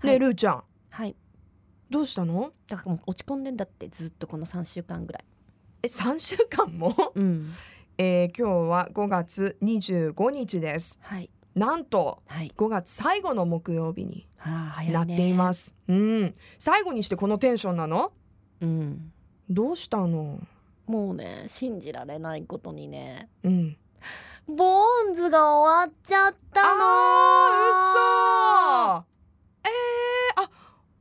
でルーちゃんはいどうしたのだからもう落ち込んでんだってずっとこの3週間ぐらいえ3週間もうん えー今日は5月25日ですはいなんとはい5月最後の木曜日にあら早いねなっていますす、うん最後にしてこのテンションなのうんどうしたのもうね信じられないことにねうんボーンズが終わっちゃったあのー、嘘えー、あ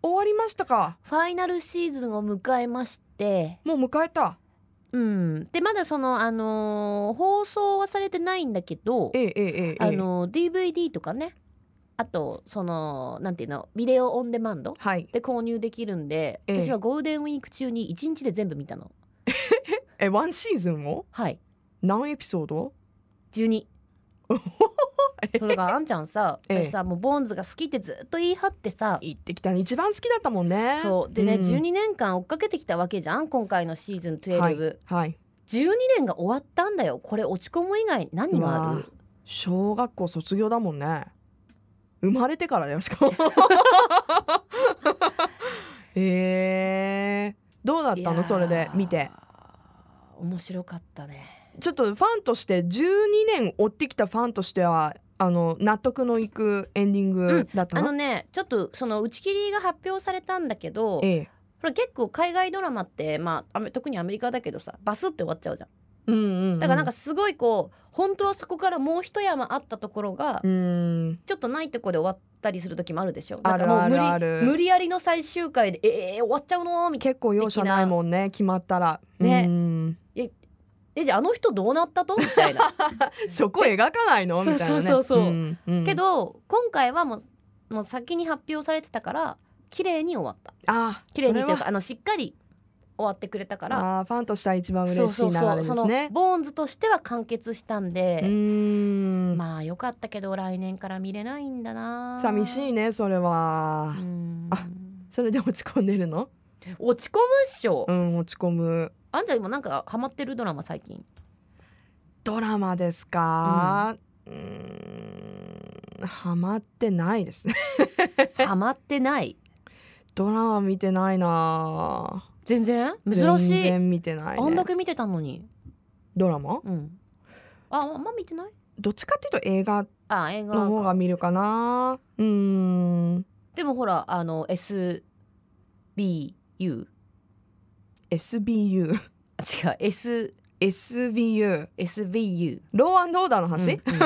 終わりましたかファイナルシーズンを迎えましてもう迎えたうんでまだそのあのー放送はされてないんだけどええええええあの DVD とかねあとそのなんていうのビデオオンデマンドはいで購入できるんで、ええ私はゴールデンウィーク中に1日で全部見たのえワンシーズンをはい何エピソード 12それがあんちゃんさ、ええ私さもうボーンズが好きってずっと言い張ってさ行ってきたの一番好きだったもんねそうでね、うん12年間追っかけてきたわけじゃん今回のシーズン12、はい12年が終わったんだよこれ落ち込む以外何がある小学校卒業だもんね生まれてからだよし かもえー、どうだったいやのーそれで見て面白かったねちょっとファンとして12年追ってきたファンとしてはあの納得のいくエンディングだったあの,、のねちょっとその打ち切りが発表されたんだけどええこれ結構海外ドラマって、まあアメ、特にアメリカだけどさバスって終わっちゃうじゃんうんうんうん、だからなんかすごいこう本当はそこからもう一山あったところが、うんちょっとないとこで終わったりする時もあるでしょあるなんかもう無理あるある無理やりの最終回でええ終わっちゃうのみたい結構容赦ないもんね決まったらねうんなえじゃああの人どうなったとみたいなそこ描かないのみたいなねそうそうそうそうんんけど今回はもうもう先に発表されてたから綺麗に終わったあ綺麗にというそれかはあのしっかり終わってくれたからあーファンとしては一番そ嬉うしいそ流うれそうですねそのボーンズとしては完結したんうで、ーん、まあよかったけど来年から見れないんだな寂しいねねそれは、あそれで落ち込んでるの落ち込むっしょ、うん落ち込むあんちゃん今なんかハマってるドラマ最近ドラマですかうーんハマってないですね ハマってないドラマ見てないな全然珍し全い、然見てない、ね、あんだけ見てたのにドラマうんああんま見てないどっちかっていうと映画あ映画の方が見るかなうーんでもほらあの SBU あ違う SBU S SBU SBU ローオーダーの話、うんうん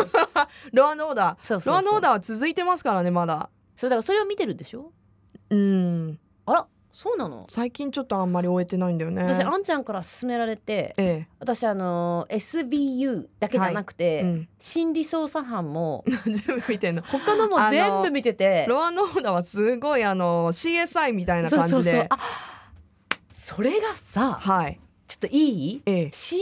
ローオーダそうそうーそうローオーダーは続いてますからねまだそうだからそれを見てるでしょうんあらそうなの最近ちょっとあんまり終えてないんだよね私あんちゃんから勧められてえ私あの SBU だけじゃなくえて、うん、 心理操作班も全部見てんの他のも全部見て てロアノーダはすごいあの CSI みたいなそう感そじうそうであそれがさはいちょっといいええ CSI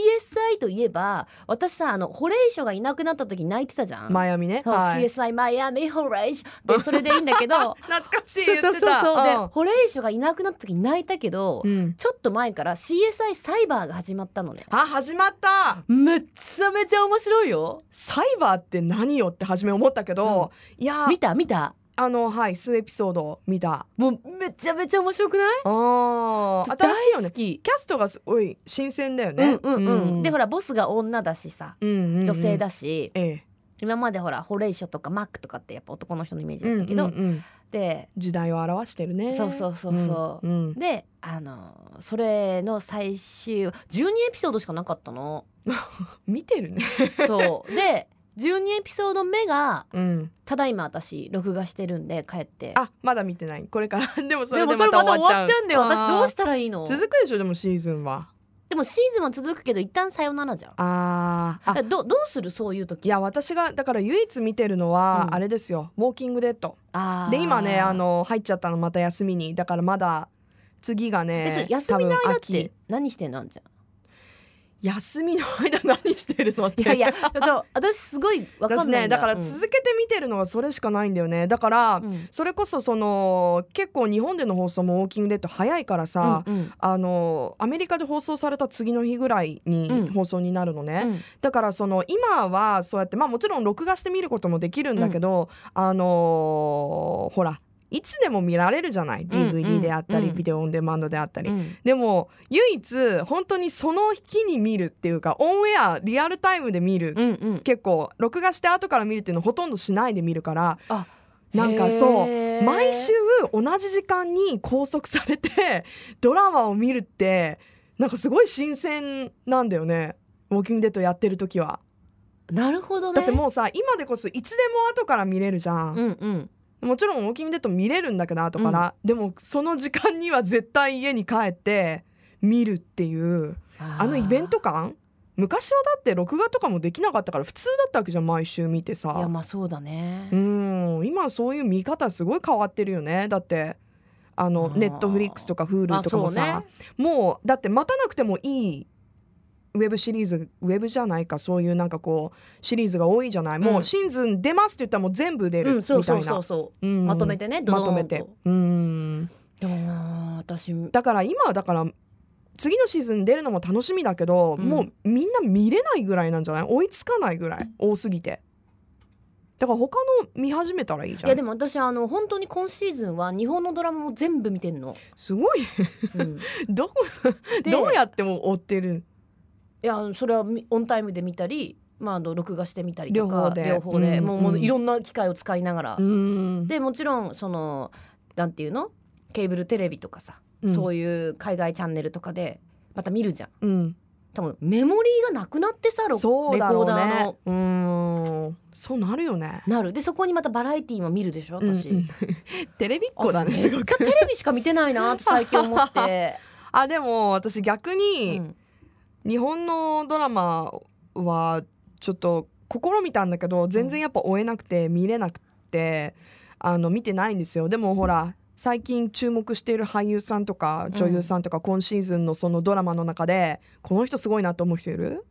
といえば私さあのホレイショがいなくなった時泣いてたじゃん、マイアミねそうはい CSI マイアミホレイショでそれでいいんだけ ど懐かしいそう言ってそたうそうそうでうんホレイショがいなくなった時泣いたけど、うんちょっと前から CSI サイバーが始まったのねあ始まっためっちゃめちゃ面白いよサイバーって何よって初め思ったけど、いや見た見たあのはい数エピソード見たもうめちゃめちゃ面白くないあー新しいよ大ね好きキャストがすごい新鮮だよねうんうんうんでほら、らボスが女だしさうんうんうん女性だし、ええ今までほらホレイショとかマックとかってやっぱ男の人のイメージだったけど、うんうんうんで時代を表してるねそうそうそうそうんうんであのそれの最終12エピソードしかなかったの。見てるね、そ うで12エピソード目がうん、ただいま私録画してるんで帰ってあまだ見てないこれから でもそでれもでそれまたまた終終わっちわゃっうちゃうんだよ私どうししたらいいの続くでしょでもシーズンはでもシーズンは続くけど一旦さよならじゃんあーあえどどうするそういう時いや私がだから唯一見てるのは、うんあれですよ「ウォーキングデッドあ」ーで今ねあの入っちゃったのまた休みにだからまだ次がえそれね休みの多分間っ秋て何してんのあんちゃん休みの間何してるのっていやいや そう私すごいわか私んないねんだだからうん続けて見てるのがそれしかないんだよねだから、うんそれこそその結構日本での放送も「ウォーキングデッド」早いからさ、うんうんあのアメリカで放送された次の日ぐらいうんに放送になるのね、うんだからその今はそうやってまあもちろん録画して見ることもできるんだけど、あのーほらいつでも見られるじゃない、うん DVD であったり、うんビデオオンデマンドであったり、うんでも唯一本当にその日に見るっていうかオンエアリアルタイムで見る、うんうん結構録画して後から見るっていうのほとんどしないで見るからあなんかそうへー毎週同じ時間に拘束されて ドラマを見るってなんかすごい新鮮なんだよね「ウォーキングデッド」やってる時は。なるほどねだってもうさ今でこそいつでも後から見れるじゃん、うんうんもちろん「ウォーキングデッド」見れるんだけど後から、でもその時間には絶対家に帰って見るっていうあーあのイベント感昔はだって録画とかもできなかったから普通だったわけじゃん毎週見ていやさまあそうだねうん今そういう見方すごい変わってるよねだってあのあーネットフリックスとか Hulu とかもあそうさね、もうだって待たなくてもいいウェブシリーズウェブじゃないかそういうなんかこうシリーズが多いじゃない、もうんうシーズン出ますって言ったらもう全部出るうみんそうたそいうな、そうそううんまとめてねドドまーンととめてうんでもまあ私だから今はだから次のシーズン出るのも楽しみだけど、うんもうみんな見れないぐらいなんじゃない追いつかないぐらい多すぎてだから他の見始めたらいいじいゃやんでも私あの本当に今シーズンは日本のドラマも全部見てんの、すごいうん、どこでどうや っても追ってるいやそれはみオンタイムで見たり、まあ、あの録画してみたりと両か方ででうんもうもううんいろんな機械を使いながら、うんでもちろんそのなんていうのケーブルテレビとかさ、うんそういう海外チャンネルとかでまた見るじゃんうん多分メモリーがなくなってさロそうレコだろーうダーねの。うんそうなるよねなるでそこにまたバラエティーも見るでしょ私、うんうん テレビっ子だねあすごくテレビしか見てないなって最近 思って、あでも私逆うにん、日本のドラマはちょっと試みたんだけど全然やっぱ追えなくて見れなくてあの見てないんですよでもほら最近注目している俳優さんとか女優さんとか今シーズンのそのドラマの中でこの人すごいなと思う人いる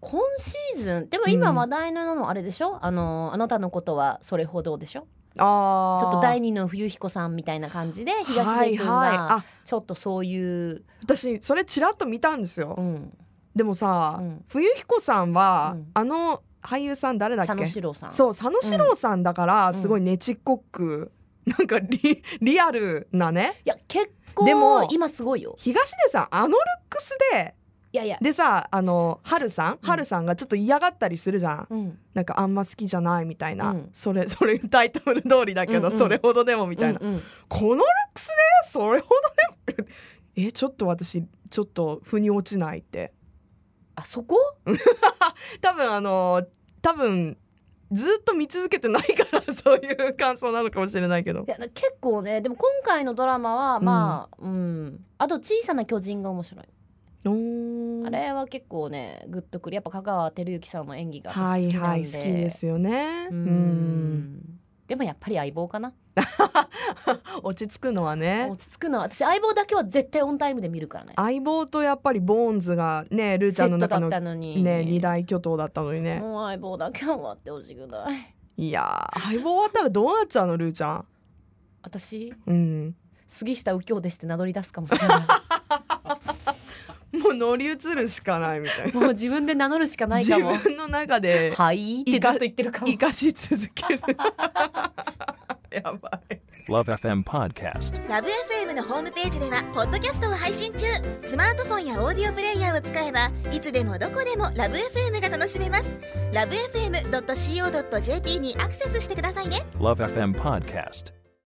今シーズンでも今うん話題なのあれでしょ、あのあなたのことはそれほどでしょあーちょっと第二の冬彦さんみたいな感じで東はい出君はいがあちょっとそういう、私それちらっと見たんですよ、うん、でもさ、うん冬彦さんは、うんあの俳優さん誰だっ佐野け史郎さんそう佐野史郎さんだからんすごいねちっこく、なんかリリアルなねいや結構でも今すごいよ東出さんあのルックスでいやいや、でさあの春さんうん春さんがちょっと嫌がったりするじゃん、うん、なんかあんま好きじゃないみたいな、うんそれそれタイトル通りだけど、うんうんそれほどでもみたいな、うんうんこのルックスでそれほどでもえちょっと私ちょっと腑に落ちないってあそこ多分あの多分ずっと見続けてないからそういう感想なのかもしれないけどいやな結構ねでも今回のドラマはまあうん、あと小さな巨人が面白い、おーあれは結構ねグッとくるやっぱ香川照之さんの演技が私はい好きなはんいで好きですよねううんんでもやっぱり相棒かな落ち着くのはね落ち着くのは私相棒だけは絶対オンタイムで見るからね相棒とやっぱりボーンズがねルーちセゃんのット中だのっねたのに二大巨頭だったのにねもう相棒だけは終わってほしくないいやー相棒終わったらどうなっちゃうのルーちゃん私うん杉下右京ですって名乗り出すかもしれないもう乗り移るしかないみ たいもう自分で名乗るしかなない自かも分の中ではいってずっと言ってるかも生かし続ける やばい Love FM Podcast. ラブ f m のホームページではポッドキャストを配信中スマートフォンやオーディオプレイヤーを使えばいつでもどこでもラブ f m が楽しめますラブ FM.co.jp にアクセスしてくださいね Love FM Podcast.